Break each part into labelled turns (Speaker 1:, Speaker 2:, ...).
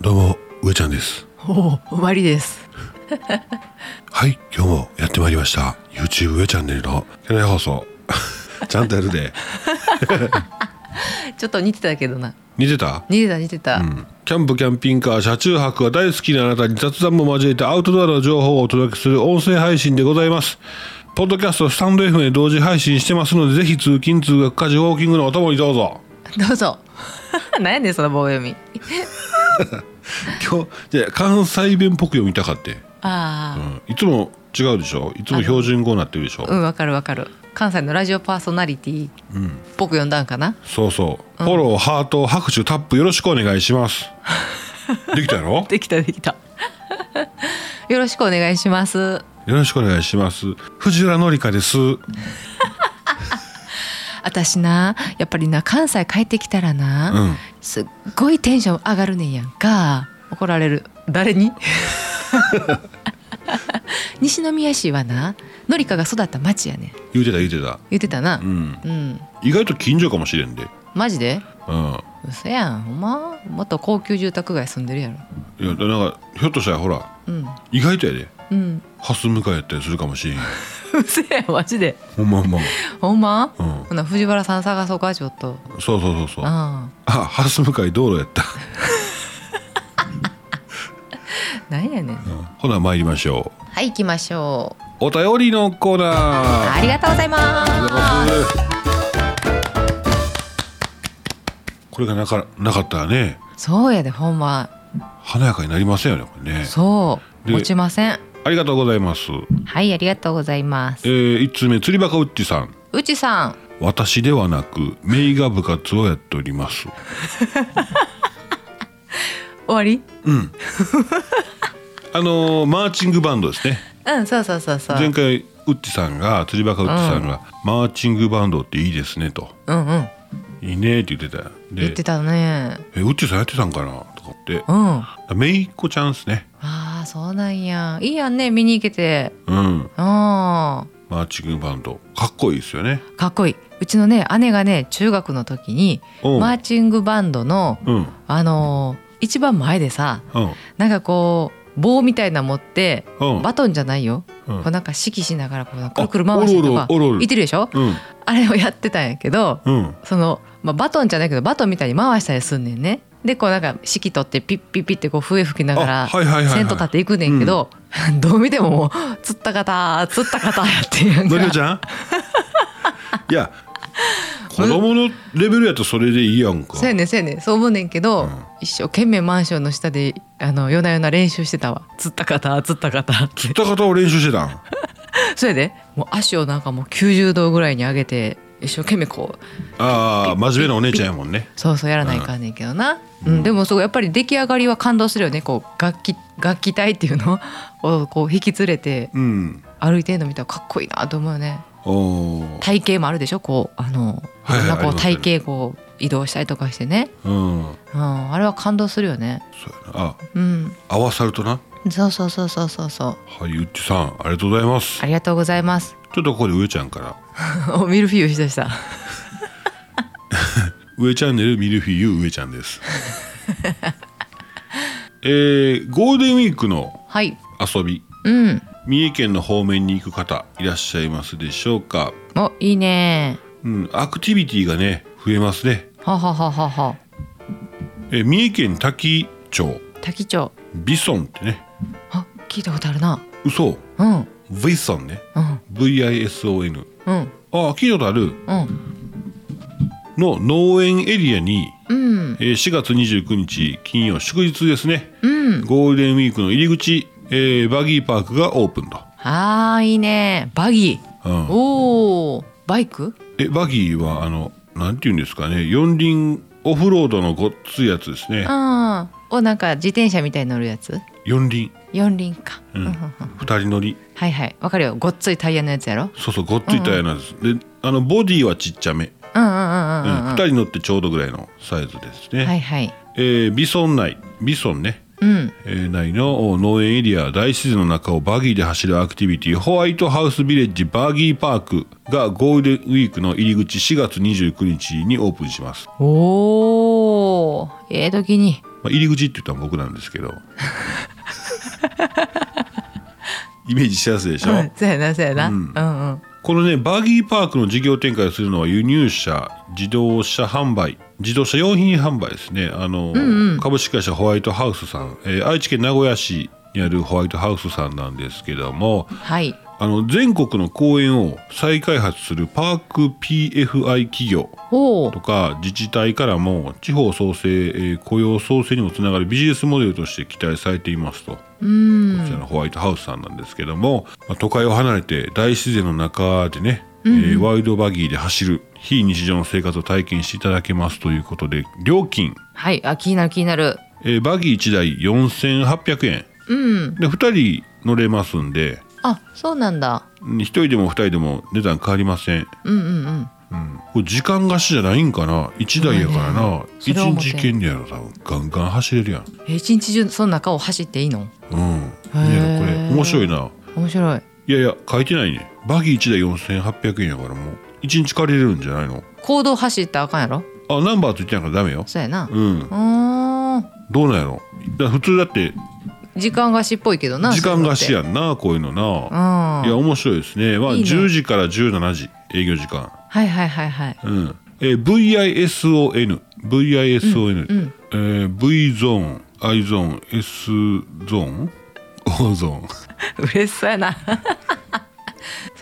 Speaker 1: どうも上ちゃんです
Speaker 2: おお、終わりです。
Speaker 1: はい今日もやってまいりました YouTube 上チャンネルのチャンネル放送 ちゃんとやるで
Speaker 2: ちょっと似てたけどな。
Speaker 1: 似てた
Speaker 2: 似てた似てた。
Speaker 1: うんキャンプキャンピングカー車中泊が大好きなあなたに雑談も交えてアウトドアの情報をお届けする音声配信でございますポッドキャストスタンド F で同時配信してますのでぜひ通勤通学家事ウォーキングのお供にどうぞ
Speaker 2: どうぞ。 何やねんその棒読み。
Speaker 1: 今日じゃあ関西弁っぽく読みたかって、う
Speaker 2: あ
Speaker 1: ん、いつも違うでしょいつも標準語になってるでしょ
Speaker 2: あ、うんわかるわかる。関西のラジオパーソナリティっぽく読んだんかな。
Speaker 1: そうそう、フォローハート拍手タップよろしくお願いします できたやろ
Speaker 2: できたできた。 よろしくお願いします。
Speaker 1: よろしくお願いします藤原紀香です
Speaker 2: 私なやっぱりな関西帰ってきたらな、
Speaker 1: うん
Speaker 2: すっごいテンション上がるねんやんか怒られる 誰に 西宮市はなのりかが育った町やねん
Speaker 1: 言うてた言うてた
Speaker 2: 言ってたな
Speaker 1: うん
Speaker 2: うん、
Speaker 1: 意外と近所かもしれんで
Speaker 2: マジで
Speaker 1: うん
Speaker 2: 嘘やんほんまもっと高級住宅街住んでるやろ
Speaker 1: いやなんかひょっとしたらほら
Speaker 2: うん
Speaker 1: 意外とやで
Speaker 2: うん
Speaker 1: ハス向かいやったりするかもしれんよ
Speaker 2: 嘘やんマジで
Speaker 1: ほんまほんま
Speaker 2: ほんま、
Speaker 1: うん
Speaker 2: ほな藤原さん探そうかちょっと
Speaker 1: そうそうそうそうあ
Speaker 2: あ
Speaker 1: ハス向かい道路やった、
Speaker 2: あなんやねんは
Speaker 1: うんほな参りましょう
Speaker 2: い行きましょう
Speaker 1: お便りのコーナー
Speaker 2: ありがとうございます
Speaker 1: これがなかなかったらね
Speaker 2: そうやでほんま
Speaker 1: 華やかになりませんよねこれね
Speaker 2: そう
Speaker 1: で
Speaker 2: 落ちません
Speaker 1: ありがとうございます
Speaker 2: はいありがとうございま
Speaker 1: え
Speaker 2: す
Speaker 1: ー、1通目釣りバカウッチさん
Speaker 2: うちさん
Speaker 1: 私ではなくメイが部活をやっております
Speaker 2: 終わり
Speaker 1: うんあのーマーチングバンドですね
Speaker 2: うんそうそうそうそう
Speaker 1: 前回ウッチさんが釣りバカウッチさんが、マーチングバンドっていいですね」と
Speaker 2: うんうん
Speaker 1: 「いいね」って言ってたよで
Speaker 2: 言ってたね
Speaker 1: えウッチさんやってたんかな?」とかって
Speaker 2: うんあ
Speaker 1: めいっ子ちゃんですね
Speaker 2: あそうなんやいいやんね見に行けて
Speaker 1: うん
Speaker 2: うんか
Speaker 1: マーチングバンドかっこいいですよね
Speaker 2: っこいいうちのね姉がね中学の時に
Speaker 1: うん
Speaker 2: マーチングバンドの
Speaker 1: うんうん
Speaker 2: あのー一番前でさなんかこう棒みたいなの持って
Speaker 1: うん
Speaker 2: バトンじゃないよ、
Speaker 1: うん
Speaker 2: こうなんか指揮しながらこうくるくる回してとか
Speaker 1: おるおるおるおる
Speaker 2: いてるでしょ
Speaker 1: うん
Speaker 2: あれをやってたんやけど
Speaker 1: うん
Speaker 2: その、まあ、バトンじゃないけどバトンみたいに回したりすんねんね。でこうなんか指揮取ってピッピッピッってこう笛吹きなが
Speaker 1: あ
Speaker 2: ら
Speaker 1: はいはいはいはい
Speaker 2: 先頭立っていくねんけど、 どう見てももう「釣った方釣った方」やってるやん
Speaker 1: のりお
Speaker 2: か
Speaker 1: ち ゃんいや子供のレベルやとそれでいいやんか
Speaker 2: そうやねんそうやねんそう思うねんけど、
Speaker 1: うん
Speaker 2: 一生懸命マンションの下であの夜な夜な練習してたわ「釣った方釣った方」って
Speaker 1: 釣った方を練習してたん
Speaker 2: それでもう足をなんかもう90度ぐらいに上げて一生懸命こう
Speaker 1: ああ真面目なお姉ちゃんやもんね
Speaker 2: そうそうやらないかんねんけどな、うんでもすごいやっぱり出来上がりは感動するよねこう楽器楽器隊っていうのを こう引き連れて
Speaker 1: うん
Speaker 2: 歩いてるの見たらかっこいいなと思うよね
Speaker 1: おー
Speaker 2: 体型もあるでしょこうあのい
Speaker 1: はいはい
Speaker 2: ろんなこ
Speaker 1: あ
Speaker 2: う
Speaker 1: りますね
Speaker 2: 体型こう移動したりとかしてね、
Speaker 1: うん
Speaker 2: うん、あれは感動するよね
Speaker 1: そうやなあ
Speaker 2: うん
Speaker 1: 合わさるとな
Speaker 2: そうそうそうそうそうそう
Speaker 1: はいゆっちさんありがとうございます
Speaker 2: ありがとうございます
Speaker 1: ちょっとここで上ちゃんから
Speaker 2: おミルフィーユしだした
Speaker 1: 上チャンネルミルフィーユ上ちゃんです えー、ゴールデンウィークの
Speaker 2: はい
Speaker 1: 遊び
Speaker 2: うん
Speaker 1: 三重県の方面に行く方いらっしゃいますでしょうか
Speaker 2: おいいね
Speaker 1: うんアクティビティがね増えますね
Speaker 2: ははははは
Speaker 1: えー三重県多気町
Speaker 2: 滝町
Speaker 1: ビソンってね
Speaker 2: あ聞いたことあるな
Speaker 1: 嘘
Speaker 2: うん
Speaker 1: ビソンね
Speaker 2: うん
Speaker 1: VISON
Speaker 2: うん
Speaker 1: ああ聞いたことある
Speaker 2: うん
Speaker 1: の農園エリアに、
Speaker 2: うん
Speaker 1: えー4月29日金曜祝日ですね
Speaker 2: うん
Speaker 1: ゴールデンウィークの入り口、えーバギーパークがオープンと、
Speaker 2: あーいいねバギ
Speaker 1: う
Speaker 2: ー
Speaker 1: ん、
Speaker 2: おおバイク
Speaker 1: えバギーはあのなんていうんですかね四輪オフロードのごっついやつですね
Speaker 2: うんおなんか自転車みたいに乗るやつ
Speaker 1: 四輪
Speaker 2: 四輪か、
Speaker 1: うん
Speaker 2: うんうんうん
Speaker 1: 二人乗り
Speaker 2: はいはいわかるよごっついタイヤのやつやろ
Speaker 1: そうそうごっついタイヤなんです、であのボディはちっちゃめ、
Speaker 2: うんうんうん
Speaker 1: う
Speaker 2: うんん、うん
Speaker 1: 二人乗ってちょうどぐらいのサイズですね、
Speaker 2: はいはい
Speaker 1: えービソン内ビソンね
Speaker 2: うん
Speaker 1: えー内のお農園エリア大自然の中をバギーで走るアクティビティホワイトハウスビレッジバギーパークがゴールデンウィークの入り口4月29日にオープンします
Speaker 2: おおええ時に
Speaker 1: まあ、入り口って言ったら僕なんですけ どイメージしやすいでしょ、
Speaker 2: うん、 そうやなそうやな、
Speaker 1: う
Speaker 2: うんん、うん
Speaker 1: このねバギーパークの事業展開をするのは輸入車自動車販売自動車用品販売ですねあの、株式会社ホワイトハウスさん、えー愛知県名古屋市にあるホワイトハウスさんなんですけども
Speaker 2: はい
Speaker 1: あの全国の公園を再開発するパーク PFI 企業
Speaker 2: おお
Speaker 1: とか自治体からも地方創生、えー雇用創生にもつながるビジネスモデルとして期待されていますと。
Speaker 2: うん
Speaker 1: こちらのホワイトハウスさんなんですけども、まあ都会を離れて大自然の中でね、えーワイドバギーで走る非日常の生活を体験していただけますということで料金、
Speaker 2: はいあ気になる気になる
Speaker 1: えーバギー1台4800円
Speaker 2: うん
Speaker 1: で2人乗れますんで
Speaker 2: あそうなんだ
Speaker 1: うん1人でも2人でも値段変わりません、
Speaker 2: うんうんうん
Speaker 1: うん、これ時間貸しじゃないんかな1台やからな、
Speaker 2: そうだね
Speaker 1: 1日行けんねやろ多分ガンガン走れるやん
Speaker 2: え一日中その中を走っていいの
Speaker 1: うん
Speaker 2: へー
Speaker 1: いいやろこれ面白いな
Speaker 2: 面白い
Speaker 1: いやいや書いてないねバギー1台4800円やからもう1日借りれるんじゃないの
Speaker 2: 行動走ったらあかんやろ
Speaker 1: あナンバーついてないからダメよ
Speaker 2: そうやな
Speaker 1: うん
Speaker 2: うん
Speaker 1: どうなんやろだから普通だって
Speaker 2: 時間貸しっぽいけどな
Speaker 1: 時間貸し
Speaker 2: う
Speaker 1: やんなこういうのな
Speaker 2: ん
Speaker 1: いや面白いですねまあ
Speaker 2: いいね
Speaker 1: 10時から17時営業時間
Speaker 2: はいはいはいはい
Speaker 1: うんえー VISON VISON、えー V ゾーン I ゾーン S ゾーン O ゾーン
Speaker 2: 嬉しそうやな そ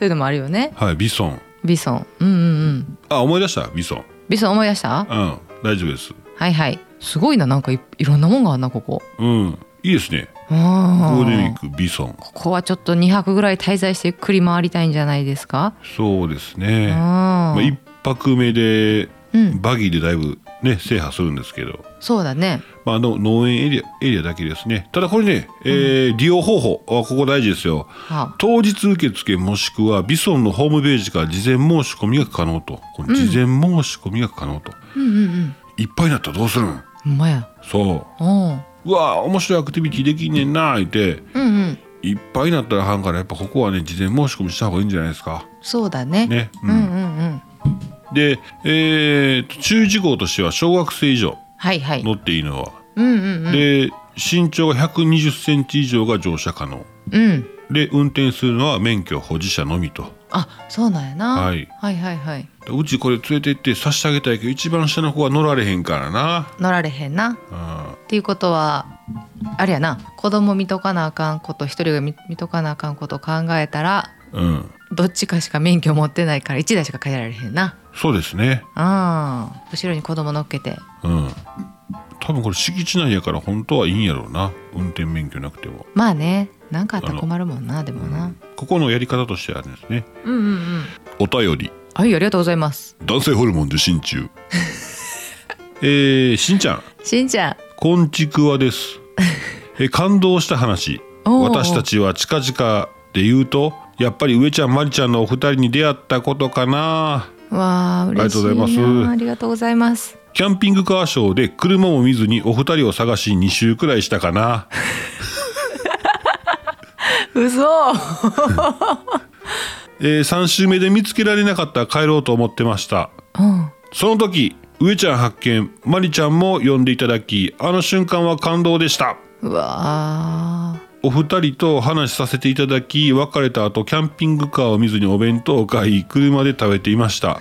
Speaker 2: ういうのもあるよね
Speaker 1: はいビソン
Speaker 2: ビソンうんうんうん
Speaker 1: あ思い出したビソン
Speaker 2: ビソン思い出した
Speaker 1: うん大丈夫です
Speaker 2: はいはいすごいななんかいいろんなもんがあんなここ
Speaker 1: うんいいですね
Speaker 2: ゴ
Speaker 1: ゴー
Speaker 2: ー
Speaker 1: ルデンウィークビソン
Speaker 2: ここはちょっと2泊ぐらい滞在してゆっくり回りたいんじゃないですか
Speaker 1: そうですねま
Speaker 2: あ
Speaker 1: あ、
Speaker 2: ー
Speaker 1: 一泊目で
Speaker 2: うん
Speaker 1: バギーでだいぶね制覇するんですけど、
Speaker 2: そうだね
Speaker 1: まあ、あの農園エリアエリアだけですねただこれね、えー利用方法あここ大事ですよ
Speaker 2: はあ
Speaker 1: 当日受付もしくはビソンのホームページから事前申し込みが可能とこの事前申し込みが可能と、
Speaker 2: うんうんうん
Speaker 1: いっぱいになったらどうするん
Speaker 2: ほんまや
Speaker 1: そ
Speaker 2: おう
Speaker 1: ううわー面白いアクティビティできんねんなーって
Speaker 2: うんうん
Speaker 1: いっぱいになったらあかんからやっぱここはね事前申し込みした方がいいんじゃないですか
Speaker 2: そうだね
Speaker 1: ね、
Speaker 2: うんうんうん
Speaker 1: で、えー注意事項としては小学生以上
Speaker 2: はいはい
Speaker 1: 乗っていいのは、
Speaker 2: うんうんうん
Speaker 1: で身長が1 2 0ンチ以上が乗車可能
Speaker 2: うん
Speaker 1: で運転するのは免許保持者のみと
Speaker 2: あそうなんやな、
Speaker 1: はい
Speaker 2: はいはいはい
Speaker 1: でうちこれ連れて行って差してあげたいけど一番下の子は乗られへんからな
Speaker 2: 乗られへんな
Speaker 1: あ
Speaker 2: っていうことはあれやな子供見とかなあかんこと一人が見見とかなあかんことを考えたら
Speaker 1: ーうん
Speaker 2: どっちかしか免許持ってないから1台しか借りられへんな
Speaker 1: そうですね
Speaker 2: あー後ろに子供乗っけて
Speaker 1: うん多分これ敷地内やから本当はいいんやろうな運転免許なくても、
Speaker 2: まあね何かあったら困るもんなでもな
Speaker 1: ここのやり方としてはですね
Speaker 2: うんうんうん
Speaker 1: お便り
Speaker 2: はいありがとうございます
Speaker 1: 男性ホルモン受信 中えー、しんちゃん
Speaker 2: しんちゃん
Speaker 1: こんちくわ です。え感動した話。
Speaker 2: おー
Speaker 1: 私たちは近々で言うと、やっぱり上ちゃんまりちゃんのお二人に出会ったことかな。
Speaker 2: わあ嬉しい
Speaker 1: ありがとうございます
Speaker 2: なありがとうございます
Speaker 1: キャンピングカーショーで車も見ずにお二人を探し2週くらいしたかな。
Speaker 2: 嘘
Speaker 1: え3週目で見つけられなかったら帰ろうと思ってました。
Speaker 2: うん
Speaker 1: その時、上ちゃん発見、まりちゃんも呼んでいただき、あの瞬間は感動でした。
Speaker 2: うわあ
Speaker 1: お二人と話しさせていただき別れた後キャンピングカーを見ずにお弁当を買い車で食べていました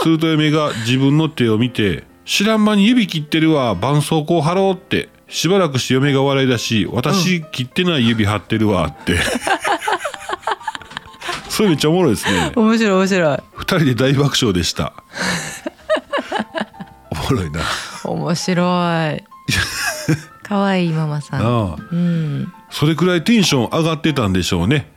Speaker 1: すると嫁が自分の手を見て「知らん間に指切ってるわ絆創膏貼ろう」ってしばらくして嫁が笑い出し「私切ってない指貼ってるわ」ってそれめっちゃおもろいですね
Speaker 2: 面白い面白い
Speaker 1: 二人で大爆笑でしたおもろいな
Speaker 2: 面 白い可愛いママさん
Speaker 1: ああ
Speaker 2: うん
Speaker 1: それくらいテンション上がってたんでしょうね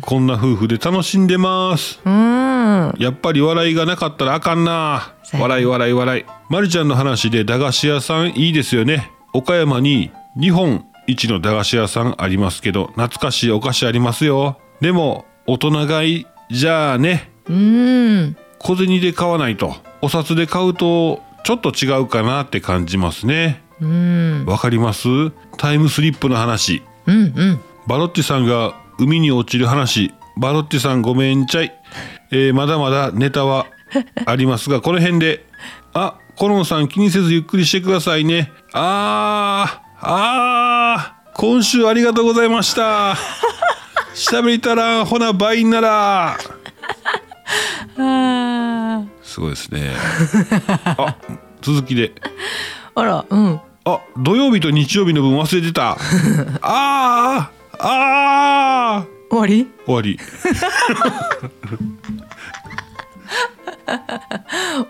Speaker 1: こんな夫婦で楽しんでます
Speaker 2: うん
Speaker 1: やっぱり笑いがなかったらあかんな
Speaker 2: そうやね
Speaker 1: 笑い笑い笑いまるちゃんの話で駄菓子屋さんいいですよね岡山に日本一の駄菓子屋さんありますけど懐かしいお菓子ありますよでも大人買いじゃあね
Speaker 2: うん
Speaker 1: 小銭で買わないとお札で買うとちょっと違うかなって感じますね
Speaker 2: うん
Speaker 1: わかりますタイムスリップの話
Speaker 2: うんうん
Speaker 1: バロッティさんが海に落ちる話バロッティさんごめんちゃい、えーまだまだネタはありますがこの辺であコロンさん気にせずゆっくりしてくださいね。あー、あー、今週ありがとうございました。喋りたらん、ほな、倍なら。
Speaker 2: あ
Speaker 1: すごいですね。あ、続きで。
Speaker 2: あらうん
Speaker 1: あ、土曜日と日曜日の分忘れてた。あー、あー、
Speaker 2: 終わり
Speaker 1: 終わり。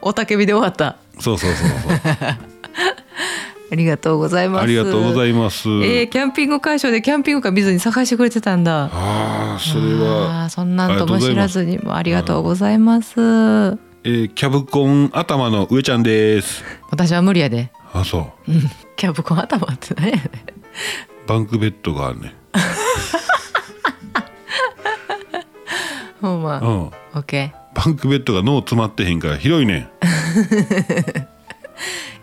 Speaker 2: おたけびで終わった
Speaker 1: そうそうそうそう。
Speaker 2: ありがとうございます
Speaker 1: ありがとうございます。
Speaker 2: えーキャンピング会場でキャンピングカー見ずに探してくれてたんだ
Speaker 1: ああ、それは
Speaker 2: あーそんなんとも知らずにもありがとうございます、
Speaker 1: えーキャブコン頭の上ちゃんです。
Speaker 2: 私は無理やで
Speaker 1: あ、そう。
Speaker 2: キャブコン頭って何やね
Speaker 1: バンクベッドがあるね。
Speaker 2: ほんま
Speaker 1: う
Speaker 2: オ
Speaker 1: ん。
Speaker 2: ッケ
Speaker 1: バンクベッドが脳詰まってへんから広いね。
Speaker 2: ー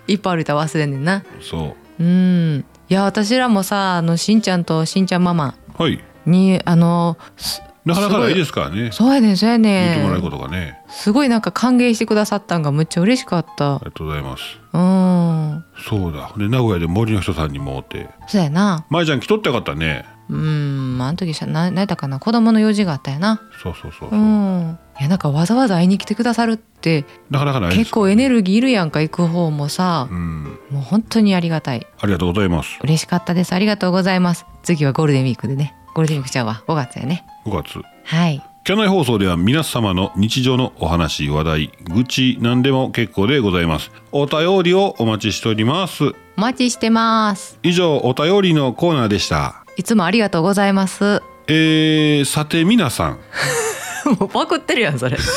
Speaker 2: いっぱい歩いたら忘れんねんなん
Speaker 1: そ
Speaker 2: うんいや私らもさあのしんちゃんとしんちゃんママ
Speaker 1: う。はい。
Speaker 2: にあのす
Speaker 1: なかなかないですすからね。
Speaker 2: そうやねんそうや
Speaker 1: 言って
Speaker 2: ね
Speaker 1: もらうんことがね。
Speaker 2: すごいなんか歓迎してくださったんがむっちゃ嬉しかった
Speaker 1: ありがとうございます。
Speaker 2: うん
Speaker 1: そうだ。で、名古屋で森の人さんにも会って。
Speaker 2: そうやな
Speaker 1: まいちゃん来とってよかったね。
Speaker 2: うんまああの時しゃな何やったかな子供の用事があったやな
Speaker 1: そうそうそう。
Speaker 2: うんいやなんかわざわざ会いに来てくださるって
Speaker 1: なかなかないです。
Speaker 2: 結構エネルギーいるやんか行く方もさ
Speaker 1: うん。
Speaker 2: もう本当にありがたい
Speaker 1: ありがとうございます。
Speaker 2: 嬉しかったですありがとうございます次はゴールデンウィークでねゴールデンウィークちゃうわ5月やね
Speaker 1: 5月。
Speaker 2: はい
Speaker 1: キャナイ放送では皆様の日常のお話、話題、愚痴、何でも結構でございます。お便りをお待ちしております。
Speaker 2: お待ちしてます
Speaker 1: 以上、お便りのコーナーでした。
Speaker 2: いつもありがとうございます
Speaker 1: えー、さて皆さん、
Speaker 2: もうパクってるやんそれ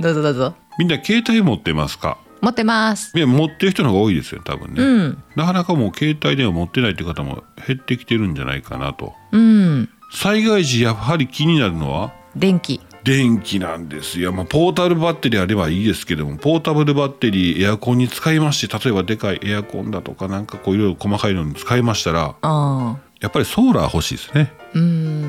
Speaker 2: どうぞどうぞ
Speaker 1: みんな携帯持ってますか
Speaker 2: 持ってます
Speaker 1: いや、持ってる人の方が多いですよ、多分ね。
Speaker 2: うん
Speaker 1: なかなかもう携帯電話持ってないって方も減ってきてるんじゃないかなと。
Speaker 2: うん
Speaker 1: 災害時、やはり気になるのは、
Speaker 2: 電気
Speaker 1: 電気なんですよ、まあ、ポータルバッテリーあればいいですけどもポータブルバッテリーエアコンに使いまして例えばでかいエアコンだとかなんかこういろいろ細かいのに使いましたら
Speaker 2: あ
Speaker 1: やっぱりソーラー欲しいですね、
Speaker 2: ーう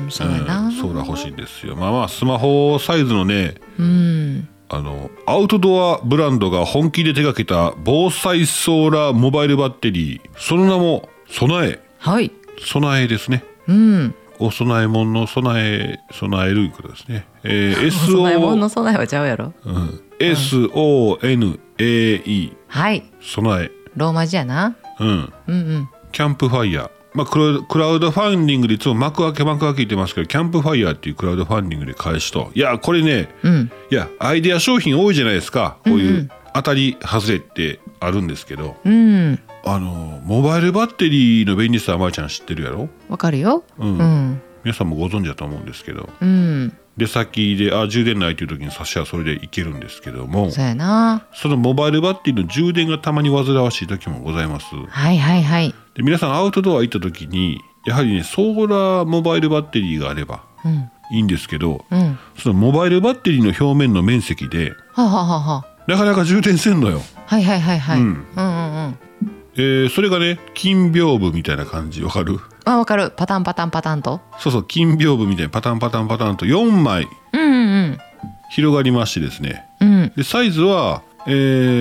Speaker 2: んそうやな、
Speaker 1: うんソーラー欲しいんですよまあまあスマホサイズのね
Speaker 2: うん
Speaker 1: あのアウトドアブランドが本気で手掛けた防災ソーラーモバイルバッテリーその名も備え
Speaker 2: はい
Speaker 1: 備えですね
Speaker 2: うん
Speaker 1: お供え物の備え備えるいうことですね、えー、
Speaker 2: お供え
Speaker 1: SO
Speaker 2: 物の備えはちゃうやろ
Speaker 1: うん SONAE
Speaker 2: はい
Speaker 1: 備え、
Speaker 2: ローマ字やな
Speaker 1: うん、
Speaker 2: うんうん
Speaker 1: キャンプファイヤー、まあ、クラウクラウドファンディングでいつも幕開け幕開け言ってますけどキャンプファイヤーっていうクラウドファンディングで返しといやこれね
Speaker 2: うん
Speaker 1: いやアイデア商品多いじゃないですかこういう当たり外れってあるんですけど、
Speaker 2: うん
Speaker 1: あのモバイルバッテリーの便利さはまいちゃん知ってるやろ
Speaker 2: わかるよ
Speaker 1: うん
Speaker 2: うん
Speaker 1: 皆さんもご存知だと思うんですけど
Speaker 2: うん
Speaker 1: 出先であ充電ないという時に差しはそれでいけるんですけども
Speaker 2: そうやな
Speaker 1: そのモバイルバッテリーの充電がたまに煩わしい時もございます。
Speaker 2: はいはいはい
Speaker 1: で皆さんアウトドア行った時にやはりねソーラーモバイルバッテリーがあれば
Speaker 2: うんうん
Speaker 1: いいんですけど
Speaker 2: は
Speaker 1: そのモバイルバッテリーの表面の面積で
Speaker 2: あはあはあは
Speaker 1: なかなか充電せんのよ。
Speaker 2: あはいはいはいはい、
Speaker 1: う
Speaker 2: うんん、うんうんうん
Speaker 1: えーそれがね金屏風みたいな感じわかる
Speaker 2: あわかるパタンパタンパタンと
Speaker 1: そうそう金屏風みたいにパタンパタンパタンと4枚
Speaker 2: うんうん
Speaker 1: 広がりましてですね
Speaker 2: うんうん
Speaker 1: でサイズは、え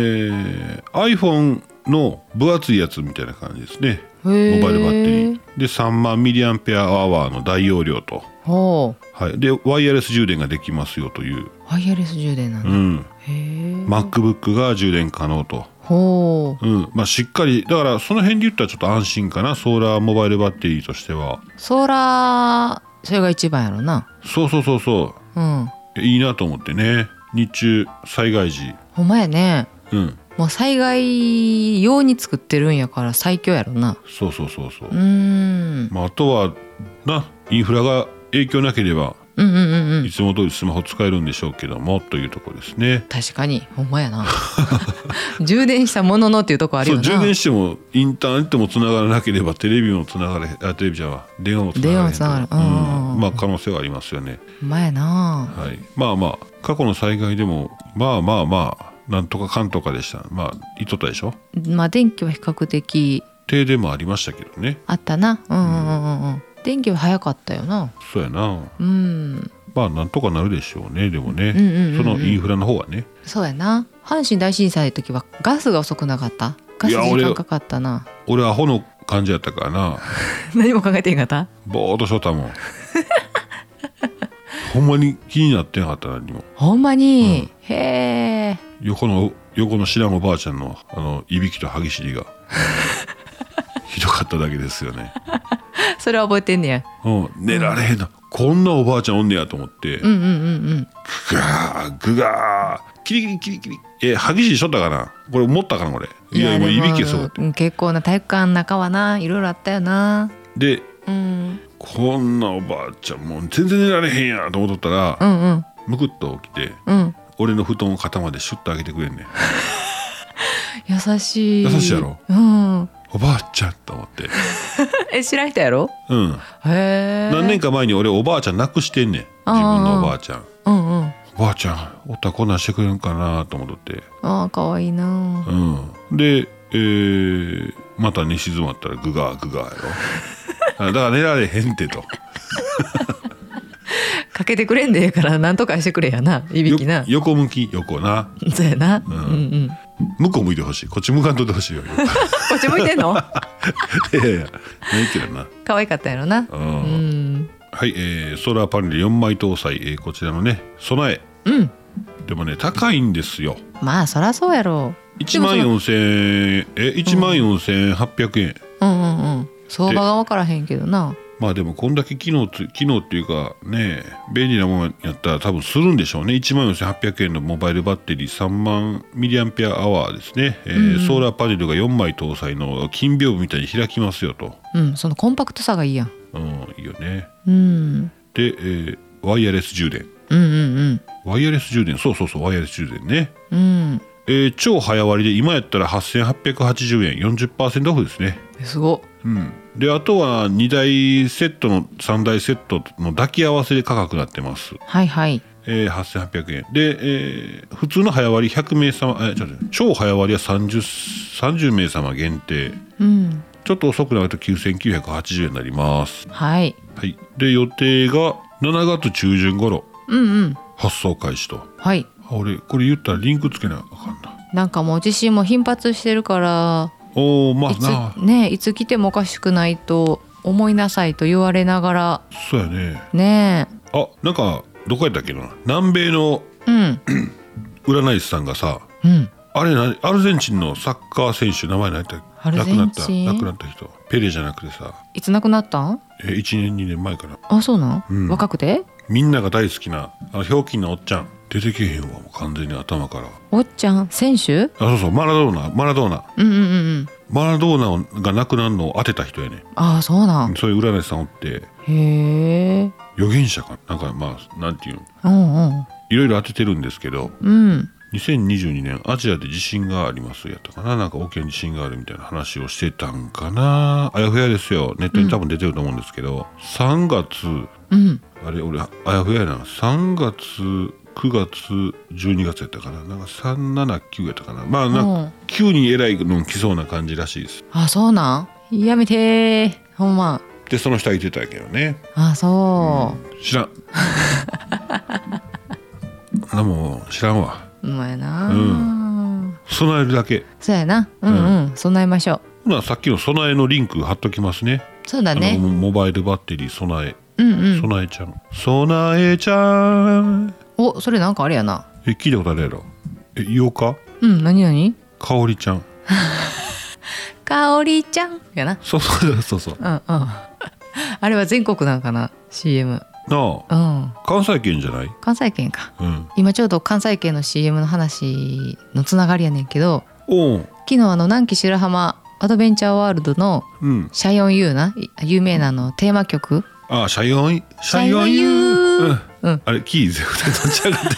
Speaker 1: ー iPhone の分厚いやつみたいな感じですねモバ
Speaker 2: へー
Speaker 1: イルバッテリーで3万ミリアンペアアワーの大容量と、
Speaker 2: ほう
Speaker 1: はい、でワイヤレス充電ができますよという
Speaker 2: ワイヤレス充電な
Speaker 1: う
Speaker 2: の、
Speaker 1: ん、
Speaker 2: へえ
Speaker 1: MacBook が充電可能と、
Speaker 2: ほう
Speaker 1: うんまあ、しっかりだからその辺で言ったらちょっと安心かなソーラーモバイルバッテリーとしては
Speaker 2: ソーラーそれが一番やろな
Speaker 1: そうそうそうそ
Speaker 2: うん
Speaker 1: ういいなと思ってね日中災害時
Speaker 2: ほんまやね
Speaker 1: うん
Speaker 2: もう災害用に作ってるんやから最強やろな
Speaker 1: そうそうそうそう
Speaker 2: う、ーん
Speaker 1: まあ、あとはなインフラが影響なければ
Speaker 2: うんうんうんうん
Speaker 1: いつも通りスマホ使えるんでしょうけどもというところですね
Speaker 2: 確かにほんまやな 充電したもののっていうとこある
Speaker 1: そ
Speaker 2: よ
Speaker 1: う
Speaker 2: な
Speaker 1: 充電してもインターネットもつながらなければテレビもつながれあテレビじゃんわ電話もつながれへんと
Speaker 2: 電話もつながるうん
Speaker 1: うんまあ可能性はありますよね
Speaker 2: ほんまやな
Speaker 1: はい、まあまあ過去の災害でもまあまあまあなんとかかんとかでしたまあ言っとったでしょ
Speaker 2: まあ電気は比較的
Speaker 1: 停電もありましたけどね
Speaker 2: あったなうんうんうんうん電気は早かったよな
Speaker 1: そうやな
Speaker 2: うん
Speaker 1: まあなんとかなるでしょうねでもね、
Speaker 2: うんうんうんうん
Speaker 1: そのインフラの方はね
Speaker 2: そうやな阪神大震災の時はガスが遅くなかったガス
Speaker 1: いや
Speaker 2: 時
Speaker 1: 俺
Speaker 2: 間かかったな
Speaker 1: 俺アホの感じやったからな
Speaker 2: 何も考えてへんかった
Speaker 1: ぼーっとしとったもん ほんまに気になってなかった何も
Speaker 2: ほんまに、へえ
Speaker 1: 横の横の知らんおばあちゃんのあのいびきと歯ぎしりが ひどかっただけですよね、
Speaker 2: それは覚えてんねや
Speaker 1: うん、寝られへんな、こんなおばあちゃんおんねやと思って、
Speaker 2: うんうんうん
Speaker 1: グガーグガーキリキリキリキリえ歯ぎしりしとったかなこれ持ったかなこれ
Speaker 2: うん
Speaker 1: いやもう
Speaker 2: で
Speaker 1: いびきやすごかっ
Speaker 2: うん結構な体育館の中はないろいろあったよな
Speaker 1: たで
Speaker 2: うん
Speaker 1: こんなおばあちゃんもう全然寝られへんやと思っとったら、
Speaker 2: うんうん
Speaker 1: むくっと起きて
Speaker 2: うん
Speaker 1: 俺の布団を肩までシュッと上げてくれんねん
Speaker 2: 優しい
Speaker 1: 優しいやろ
Speaker 2: うん
Speaker 1: おばあちゃんと思って
Speaker 2: え知らん人やろ
Speaker 1: うん
Speaker 2: へえ
Speaker 1: 何年か前に俺おばあちゃん亡くしてんねん
Speaker 2: あー
Speaker 1: 自分のおばあちゃん
Speaker 2: うんうん
Speaker 1: おばあちゃんおったらこんなんしてくれんかなと思っとって
Speaker 2: ああかわいいな
Speaker 1: うんで、えーまた寝静まったらグガーグガー やろあだから寝られへんってと
Speaker 2: かけてくれんでええからなんとかしてくれやないび
Speaker 1: よ
Speaker 2: きな
Speaker 1: 横向き横な
Speaker 2: そうやなうんうんこ
Speaker 1: 向こう向いてほしいこっち向かんとってほしい よ
Speaker 2: っち向いてんの
Speaker 1: いやいやないけどな
Speaker 2: 可愛かったやろな
Speaker 1: うん
Speaker 2: うん
Speaker 1: はい、えーソーラーパネル4枚搭載、えーこちらのね備え
Speaker 2: うん
Speaker 1: でもね高いんですよ
Speaker 2: まあそらそうやろ
Speaker 1: 1万
Speaker 2: でも
Speaker 1: 4000え1万4800円、
Speaker 2: うんうんうん相場が分からへんけどな
Speaker 1: まあでもこんだけ機能つ機能っていうかね便利なものやったら多分するんでしょうね1万4800円のモバイルバッテリー3万ミリアンペアアワーですね、えーソーラーパネルが4枚搭載の金屏風みたいに開きますよと、
Speaker 2: うんそのコンパクトさがいいやん
Speaker 1: うん、いいよね
Speaker 2: うん
Speaker 1: で、えーワイヤレス充電
Speaker 2: うんうん
Speaker 1: ワイヤレス充電そうそうそうワイヤレス充電ね
Speaker 2: うんうん
Speaker 1: えー超早割りで今やったら8880円40%オフですね
Speaker 2: えすごっ
Speaker 1: うんであとは2台セットの3台セットの抱き合わせで価格になってます
Speaker 2: はいはい
Speaker 1: えー、8800円で、えー普通の早割り100名様えーちょっと待って超早割りは 30, 30名様限定
Speaker 2: うん
Speaker 1: ちょっと遅くなると9980円になります、
Speaker 2: はい
Speaker 1: はい、で予定が7月中旬頃
Speaker 2: うんうん
Speaker 1: 発送開始と
Speaker 2: はい
Speaker 1: あ俺これ言ったらリンクつけなあかんな
Speaker 2: なんかもう地震も頻発してるから
Speaker 1: おおまあ
Speaker 2: い
Speaker 1: な
Speaker 2: つねいつ来てもおかしくないと思いなさいと言われながら
Speaker 1: そうやね
Speaker 2: ね
Speaker 1: あなんかどこやったっけな南米の
Speaker 2: えうん
Speaker 1: 占い師さんがさ
Speaker 2: うん
Speaker 1: あれなアルゼンチンのサッカー選手名前何やったっけ
Speaker 2: アル
Speaker 1: 亡
Speaker 2: ゼ
Speaker 1: くな
Speaker 2: ン
Speaker 1: った
Speaker 2: チン
Speaker 1: 亡くなった人ペレじゃなくてさ
Speaker 2: いつ亡くなったん
Speaker 1: えー1年2年前かな
Speaker 2: あそうなん、
Speaker 1: ん
Speaker 2: 若くて
Speaker 1: みんなが大好きなあのひょうきんなおっちゃん出てけへんわもう完全に頭からあ
Speaker 2: おっちゃん選手
Speaker 1: そうそうマラドーナマラドーナ
Speaker 2: うんうんうんうん
Speaker 1: マラドーナが亡くなるのを当てた人やね
Speaker 2: ああそうなん、
Speaker 1: そういう占い師さんおって
Speaker 2: へえ
Speaker 1: 預言者かなんかまあなんていうの
Speaker 2: うんうん
Speaker 1: いろいろ当ててるんですけど
Speaker 2: うん
Speaker 1: 2022年アジアで地震がありますやったかななんか大きな地震があるみたいな話をしてたんかなあやふやですよネットに多分出てると思うんですけど、3月
Speaker 2: うん
Speaker 1: あれ俺あやふややな3月9月12月やったかななんか379やったかなまあなんか、
Speaker 2: うん
Speaker 1: 急に偉いの来そうな感じらしいです
Speaker 2: あそうなんやめてーほんま
Speaker 1: でその人は言ってたけどね
Speaker 2: あそう
Speaker 1: 知らん なもう知らんわ
Speaker 2: うまいな
Speaker 1: う
Speaker 2: ー
Speaker 1: 備えるだけ
Speaker 2: そうやなうんうん、備えましょう
Speaker 1: ほなさっきの備えのリンク貼っときますね
Speaker 2: そうだ
Speaker 1: あの
Speaker 2: ね
Speaker 1: モバイルバッテリー備え
Speaker 2: うんうん
Speaker 1: 備えちゃん備えちゃん
Speaker 2: おそれなんかあれやな
Speaker 1: え聞いたことあるやろえ8日
Speaker 2: うん何何
Speaker 1: かおりちゃん
Speaker 2: かおりちゃん やな
Speaker 1: そうそうそうそう
Speaker 2: うんうんあれは全国なんかな CM
Speaker 1: なあ
Speaker 2: うん
Speaker 1: 関西圏じゃない
Speaker 2: 関西圏か
Speaker 1: うん
Speaker 2: 今ちょうど関西圏の CM の話のつながりやねんけど
Speaker 1: おう
Speaker 2: 昨日あの南紀白浜アドベンチャーワールドの
Speaker 1: うん
Speaker 2: 「シャヨンユーナ」い有名なあのテーマ曲
Speaker 1: あ社員
Speaker 2: 「
Speaker 1: 社員
Speaker 2: ユ
Speaker 1: ユうん
Speaker 2: うん
Speaker 1: あれキー全部で取っちゃうから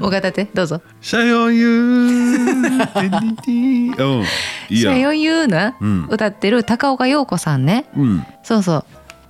Speaker 2: おがたてどうぞ
Speaker 1: 社 員ユーうん
Speaker 2: 「
Speaker 1: いい
Speaker 2: シャ
Speaker 1: や
Speaker 2: ヨンユーナ
Speaker 1: うん」
Speaker 2: 歌ってる高岡洋子さんね
Speaker 1: うん
Speaker 2: そうそう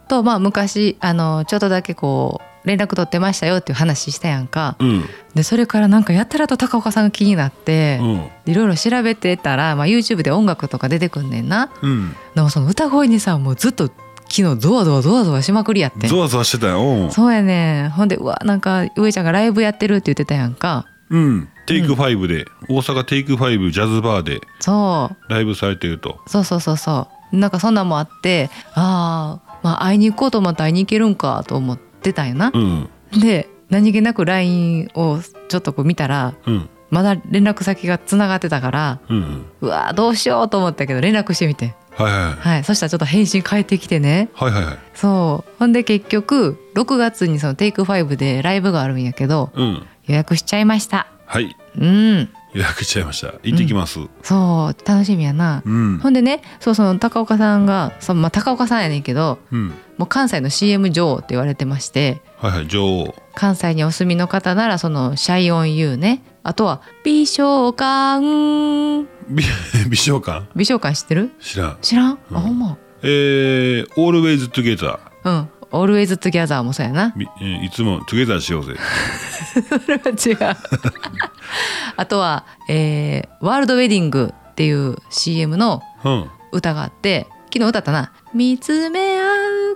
Speaker 2: とまあ昔あのちょっとだけこう連絡取ってましたよっていう話したやんか
Speaker 1: うん
Speaker 2: でそれからなんかやたらと高岡さんが気になって
Speaker 1: うん
Speaker 2: いろいろ調べてたら、まあ、YouTube で音楽とか出てくんねんな
Speaker 1: うん
Speaker 2: でもその歌声にさもうずっと昨日ゾワゾワゾワゾワしまくりやってん
Speaker 1: ゾワゾワしてたようん
Speaker 2: そうやねほんでうわなんか上ちゃんがライブやってるって言ってたやんか
Speaker 1: うんテイク5で、大阪テイク5ジャズバーで
Speaker 2: そう
Speaker 1: ライブされてると
Speaker 2: そうそうそうそうなんかそんなんもあってああまあ会いに行こうと思って会いに行けるんかと思ってたんよな
Speaker 1: う、ん
Speaker 2: で何気なく LINE をちょっとこう見たら
Speaker 1: うん
Speaker 2: まだ連絡先がつながってたから
Speaker 1: うんうん
Speaker 2: うわーどうしようと思ったけど連絡してみてん
Speaker 1: はいはい
Speaker 2: はいそしたらちょっと返信返ってきてね
Speaker 1: はいはいはい
Speaker 2: そうほんで結局6月にそのテイク5でライブがあるんやけど
Speaker 1: うん
Speaker 2: 予約しちゃいました
Speaker 1: はい
Speaker 2: うん
Speaker 1: 予約しちゃいました行ってきます
Speaker 2: そう楽しみやな
Speaker 1: うん
Speaker 2: ほんでねそうその高岡さんがそのまあ、高岡さんやねんけど
Speaker 1: うん
Speaker 2: もう関西の CM 女王って言われてまして
Speaker 1: はいはい女王
Speaker 2: 関西にお住みの方ならそのシャイオン U ねあとは美少館
Speaker 1: 美 美少館
Speaker 2: 美少館知ってる
Speaker 1: 知らん
Speaker 2: 知らん、
Speaker 1: うん
Speaker 2: あほんま
Speaker 1: えー、オールウェイズ・トゥゲザ
Speaker 2: うん「Always Together」もそうや な
Speaker 1: ーみえーいつもトゥゲザーしようぜ
Speaker 2: それは違う あとは、えーワールドウェディング」っていう CM の
Speaker 1: うん
Speaker 2: 歌があって昨日歌ったな「見つめ合う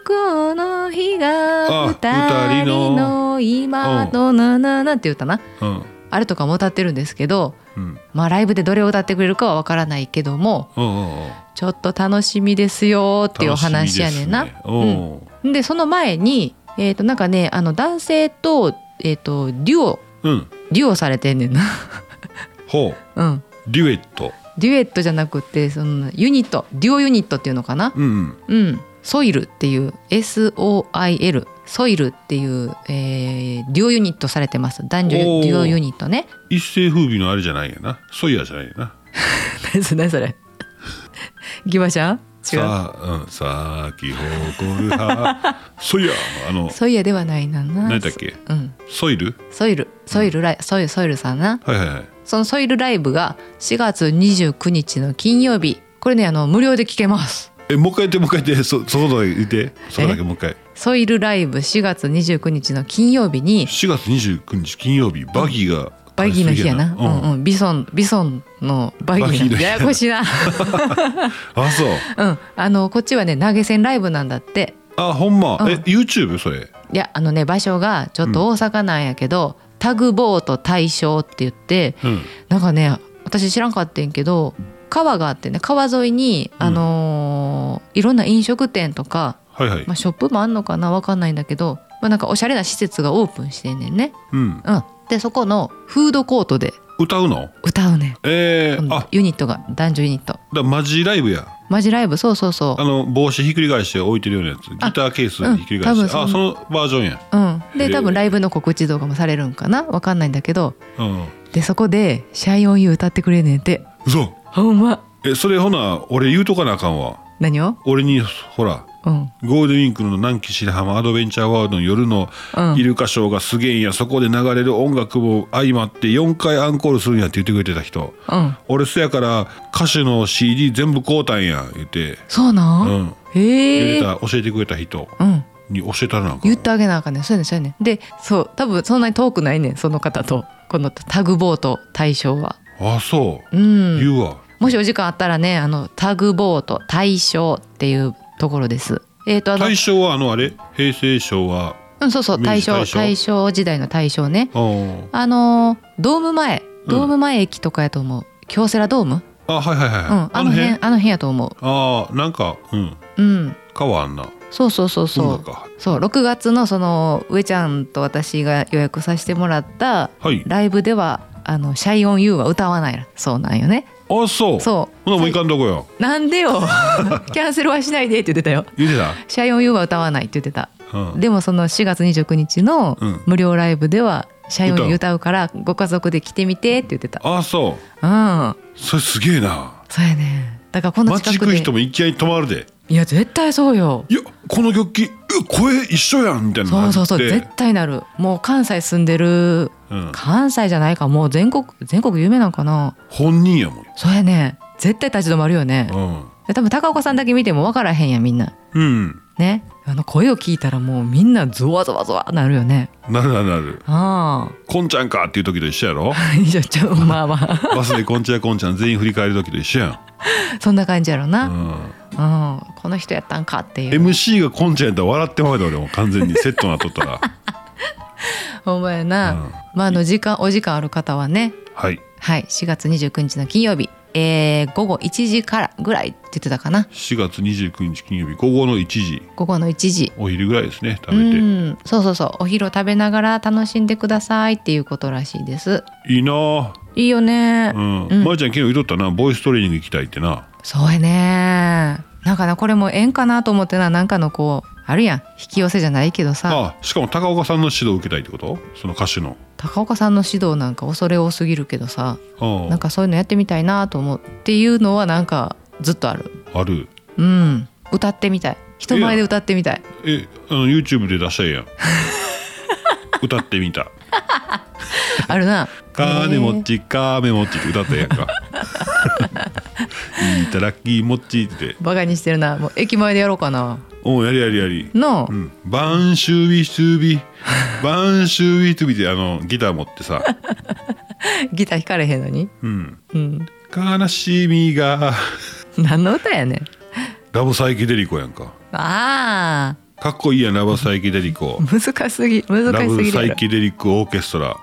Speaker 2: この日が
Speaker 1: あ
Speaker 2: 二人の今のななな」っていう歌な
Speaker 1: うん
Speaker 2: あれとかも歌ってるんですけど
Speaker 1: うん
Speaker 2: まあライブでどれを歌ってくれるかはわからないけども
Speaker 1: うんうんうん
Speaker 2: ちょっと楽しみですよっていうお話やねんな。
Speaker 1: 楽しみですね
Speaker 2: でその前に、えー、となんかねあの男性と,、えー、とデュオ
Speaker 1: おううん
Speaker 2: デュオされてんねんな。
Speaker 1: ほう
Speaker 2: うん、
Speaker 1: デュエット
Speaker 2: デュエットじゃなくてそのユニットデュオユニットっていうのかな、
Speaker 1: うんうん
Speaker 2: うん、ソイルっていう SOIL ソイルっていう、えーデュオユニットされてます男女デ
Speaker 1: おー
Speaker 2: ュオユニットね。
Speaker 1: 一世風靡のあれじゃないよなソイヤじゃないよな
Speaker 2: 何それ何それギバちゃん違う
Speaker 1: さあ、うん、さあき誇るは ソイヤあの
Speaker 2: ソイヤではないなな
Speaker 1: 何だっけ
Speaker 2: うん、
Speaker 1: ソイル
Speaker 2: ソイルソイルライ、ソイルソイルさんな
Speaker 1: はいはいはい
Speaker 2: そのソイルライブが4月29日の金曜日これねあの無料で聴けます
Speaker 1: えもう一回言ってもう一回言ってそそこだけ言ってそこだけもう一回
Speaker 2: ソイルライブ4月29日の金曜日に
Speaker 1: 4月29日金曜日バギーが
Speaker 2: バギーの日やな、
Speaker 1: う
Speaker 2: うん
Speaker 1: ん、
Speaker 2: うん、ビソンビソンのバギ
Speaker 1: バギ
Speaker 2: ー
Speaker 1: ー
Speaker 2: の
Speaker 1: の日
Speaker 2: ややこしいな、
Speaker 1: あそう
Speaker 2: うん、あのこっちはね投げ銭ライブなんだって
Speaker 1: あほんま、
Speaker 2: うん
Speaker 1: え YouTube それ
Speaker 2: いやあのね場所がちょっと大阪なんやけど、タグボート大賞って言って
Speaker 1: うん
Speaker 2: なんかね私知らんかってんけど川があってね川沿いに、
Speaker 1: うん
Speaker 2: あのーいろんな飲食店とか、
Speaker 1: はいはい、
Speaker 2: まあ、ショップもあんのかなわかんないんだけど、まあ、なんかおしゃれな施設がオープンしてんねんね。
Speaker 1: うん
Speaker 2: うん、でそこのフードコートで
Speaker 1: 歌うの
Speaker 2: 歌うね
Speaker 1: え
Speaker 2: ん、
Speaker 1: ー、
Speaker 2: うん
Speaker 1: あ
Speaker 2: ユニットが男女ユニット
Speaker 1: だマジライブや
Speaker 2: マジライブそうそうそ
Speaker 1: あの帽子ひっくり返して置いてるようなやつギターケース
Speaker 2: うん
Speaker 1: ひっくり返して、
Speaker 2: 多分
Speaker 1: あそのバージョンや
Speaker 2: う、うん、
Speaker 1: へ
Speaker 2: で
Speaker 1: ー
Speaker 2: 多分ライブの告知動画もされるんかなわかんないんだけど
Speaker 1: うん
Speaker 2: でそこで「シャイオンユー歌ってくれんねんて
Speaker 1: 嘘
Speaker 2: ほんま
Speaker 1: えそれほな俺言うとかなあかんわ
Speaker 2: 何を
Speaker 1: 俺にほら
Speaker 2: うん
Speaker 1: ゴールデンウィークの南紀白浜アドベンチャーワールドの夜の
Speaker 2: うん
Speaker 1: イルカショーがすげえんや、そこで流れる音楽も相まって4回アンコールするんやって言ってくれてた人
Speaker 2: うん
Speaker 1: 俺そやから歌手の CD 全部買うたんや言って、
Speaker 2: そうな、
Speaker 1: うんん、
Speaker 2: へ
Speaker 1: 言
Speaker 2: え
Speaker 1: ってた教えてくれた人
Speaker 2: うん
Speaker 1: に教えたらなんかん
Speaker 2: 言ってあげなあかんねんそうやねんそうやねんでそう多分そんなに遠くないねんその方とこのタグボート大賞は
Speaker 1: あそう、
Speaker 2: うん
Speaker 1: 言うわ
Speaker 2: もしお時間あったらねあのタグボート大賞っていうところですえっ、とあの
Speaker 1: 大賞はあのあれ平成賞は
Speaker 2: うんそうそう
Speaker 1: 明治大
Speaker 2: 大賞
Speaker 1: 賞
Speaker 2: 大正時代の大賞ね
Speaker 1: あ
Speaker 2: あのードーム前
Speaker 1: うん
Speaker 2: ドーム前駅とかやと思う、京セラドーム、
Speaker 1: あはいはいはい、
Speaker 2: うん、あの辺あの辺やと思
Speaker 1: ああなんかうん
Speaker 2: ううん
Speaker 1: 川あんな
Speaker 2: そうそうそうそ
Speaker 1: ん
Speaker 2: う
Speaker 1: か
Speaker 2: そう6月のその上ちゃんと私が予約させてもらった
Speaker 1: はい
Speaker 2: ライブではあのシャイオン U は歌わないそうなんよね
Speaker 1: あそう
Speaker 2: そ
Speaker 1: ほなもういかんとこよ
Speaker 2: うなんでよ キャンセルはしないでって言ってたよ
Speaker 1: 言うてた
Speaker 2: シャイオン U は歌わないって言ってた
Speaker 1: うん
Speaker 2: でもその4月29日の
Speaker 1: うん
Speaker 2: 無料ライブでは社員
Speaker 1: 歌
Speaker 2: に
Speaker 1: う
Speaker 2: 歌うからご家族で来てみてって言ってた。
Speaker 1: あそう
Speaker 2: うん、
Speaker 1: それすげえな
Speaker 2: そうやね。だからこの
Speaker 1: 街
Speaker 2: 近
Speaker 1: 行
Speaker 2: く
Speaker 1: く
Speaker 2: で
Speaker 1: 人もいきなり止まるで
Speaker 2: いや絶対そうよ。
Speaker 1: いやこの楽器え声一緒やんみたいなのが
Speaker 2: そ
Speaker 1: あ
Speaker 2: う
Speaker 1: って
Speaker 2: そうそう絶対なる。もう関西住んでる
Speaker 1: うん、
Speaker 2: 関西じゃないかもう全国全国有名なんかな。
Speaker 1: 本人やもん
Speaker 2: そうやね。絶対立ち止まるよね。で多分高岡さんだけ見ても分からへんやんみんな。
Speaker 1: うん、うん、
Speaker 2: ね、あの声を聞いたらもうみんなゾワゾワゾワなるよね。
Speaker 1: なるなるなる
Speaker 2: あ
Speaker 1: こんちゃんかっていう時と一緒や ろ
Speaker 2: あ、いや ちょまあまあ
Speaker 1: バスでこんちゃんこんちゃん全員振り返る時と一緒や
Speaker 2: そんな感じやろな。
Speaker 1: ん、うん、
Speaker 2: うん、この人やったんかっていう
Speaker 1: MC がこんちゃんやったら笑ってまうで俺も完全にセットなっとった ら
Speaker 2: ほんまやな、
Speaker 1: うん
Speaker 2: まああの時間お時間ある方はね
Speaker 1: はい
Speaker 2: はい4月29日の金曜日、えー午後1時からぐらいって言ってたかな
Speaker 1: 4月29日金曜日午後の1時
Speaker 2: 午後の1時
Speaker 1: お昼ぐらいですね食
Speaker 2: う
Speaker 1: べて
Speaker 2: んそうそうそうお昼を食べながら楽しんでくださいっていうことらしいです
Speaker 1: いいなあ
Speaker 2: いいよね、
Speaker 1: うん、
Speaker 2: うん
Speaker 1: まーちゃん昨日言っとったなボイストレーニング行きたいってな
Speaker 2: そうやねなんかなこれも縁かなと思ってななんかのこうあるやん引き寄せじゃないけどさ
Speaker 1: あしかも高岡さんの指導を受けたいってことその歌手の
Speaker 2: 高岡さんの指導なんか恐れ多すぎるけどさ
Speaker 1: あ
Speaker 2: なんかそういうのやってみたいなと思うっていうのはなんかずっとある
Speaker 1: あある
Speaker 2: うん歌ってみたい人前で歌ってみたい
Speaker 1: えあの YouTube で出したら ええやん歌ってみた
Speaker 2: あるな
Speaker 1: 「金持ち金持ち」って歌ったらええやん か「いただきもち」って
Speaker 2: バカにしてるなもう駅前でやろうかな
Speaker 1: おうやりやりやり
Speaker 2: の、
Speaker 1: うん「バンシュービーシュー ビーバンシュービーシュービー」ってあのギター持ってさ
Speaker 2: ギター弾かれへんのに
Speaker 1: 「うん、
Speaker 2: うん
Speaker 1: 悲しみが
Speaker 2: 何の歌やねん」
Speaker 1: ラボサイケデリコやんか
Speaker 2: あ
Speaker 1: かっこいいやんラボサイケデリコ
Speaker 2: ー難しすぎ難
Speaker 1: ラ
Speaker 2: しす
Speaker 1: ブ
Speaker 2: ぎ
Speaker 1: サ
Speaker 2: るや
Speaker 1: イ
Speaker 2: ろ
Speaker 1: ケデリックオーケスト ラ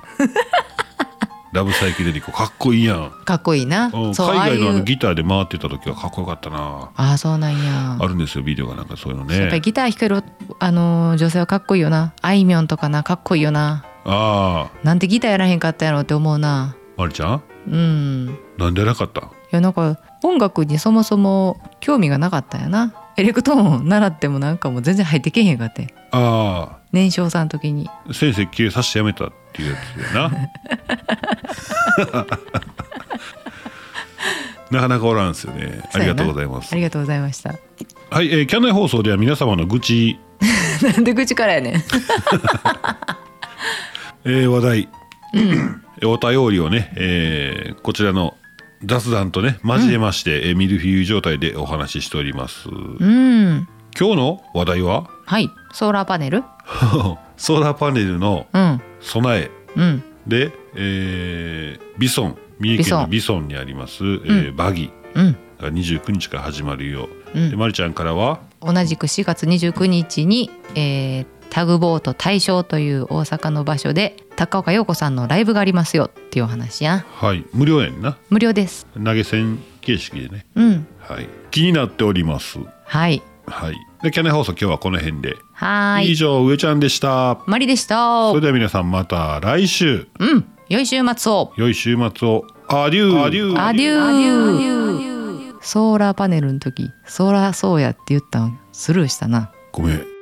Speaker 1: ラブサイケデリックかっこいいやん
Speaker 2: かっこいいな
Speaker 1: うん海
Speaker 2: そうああい
Speaker 1: 外のあの
Speaker 2: う
Speaker 1: ギターで回ってた時はかっこよかったな
Speaker 2: ああそうなんや
Speaker 1: あるんですよビデオがなんかそういうの
Speaker 2: やっぱり
Speaker 1: ね
Speaker 2: ギター弾ける、あのー女性はかっこいいよなあいみょんとかなかっこいいよな
Speaker 1: ああ
Speaker 2: なんてギターやらへんかったやろって思うな
Speaker 1: まるちゃん
Speaker 2: うんい
Speaker 1: なんでやらなかった
Speaker 2: やなんか音楽にそもそも興味がなかったんやなエレクトーン習ってもなんかもう全然入ってけへんかって
Speaker 1: あ
Speaker 2: 年少さんの時に
Speaker 1: あ先生消えさせてやめたっていうやつだよな なかなかおらんすよねあ
Speaker 2: そう
Speaker 1: り
Speaker 2: や
Speaker 1: が
Speaker 2: な
Speaker 1: とうございます
Speaker 2: ありがとうございました
Speaker 1: はい、えー、キャンナイ放送では皆様の愚痴、
Speaker 2: なんで口からやねん
Speaker 1: えー話題、お便りをね、えーこちらの雑談とね交えまして、えーミルフィーユ状態でお話ししております、
Speaker 2: うん
Speaker 1: 今日の話題は
Speaker 2: はいソーラーパネル
Speaker 1: ソーラーパネルの
Speaker 2: うん
Speaker 1: 備え
Speaker 2: うん
Speaker 1: で、えービソン三重県のビソンにあります、えーバギ
Speaker 2: うん
Speaker 1: ーが29日から始まるよう、
Speaker 2: うん
Speaker 1: でまりちゃんからは
Speaker 2: 同じく4月29日に、えータグボート大賞という大阪の場所で高岡洋子さんのライブがありますよっていうお話や
Speaker 1: はい無料やんな
Speaker 2: 無料です
Speaker 1: 投げ銭形式でね、
Speaker 2: うん
Speaker 1: はい、気になっております
Speaker 2: はい
Speaker 1: はいでキャネ放送今日はこの辺で
Speaker 2: はー
Speaker 1: 以
Speaker 2: い
Speaker 1: 上上ちゃんでした
Speaker 2: マリでした
Speaker 1: それでは皆さんまた来週
Speaker 2: うん良い週末を
Speaker 1: 良い週末をアデューアデュ
Speaker 2: アデューソーラーパネルの時ソーラーそうやって言ったのスルーしたな
Speaker 1: ごめん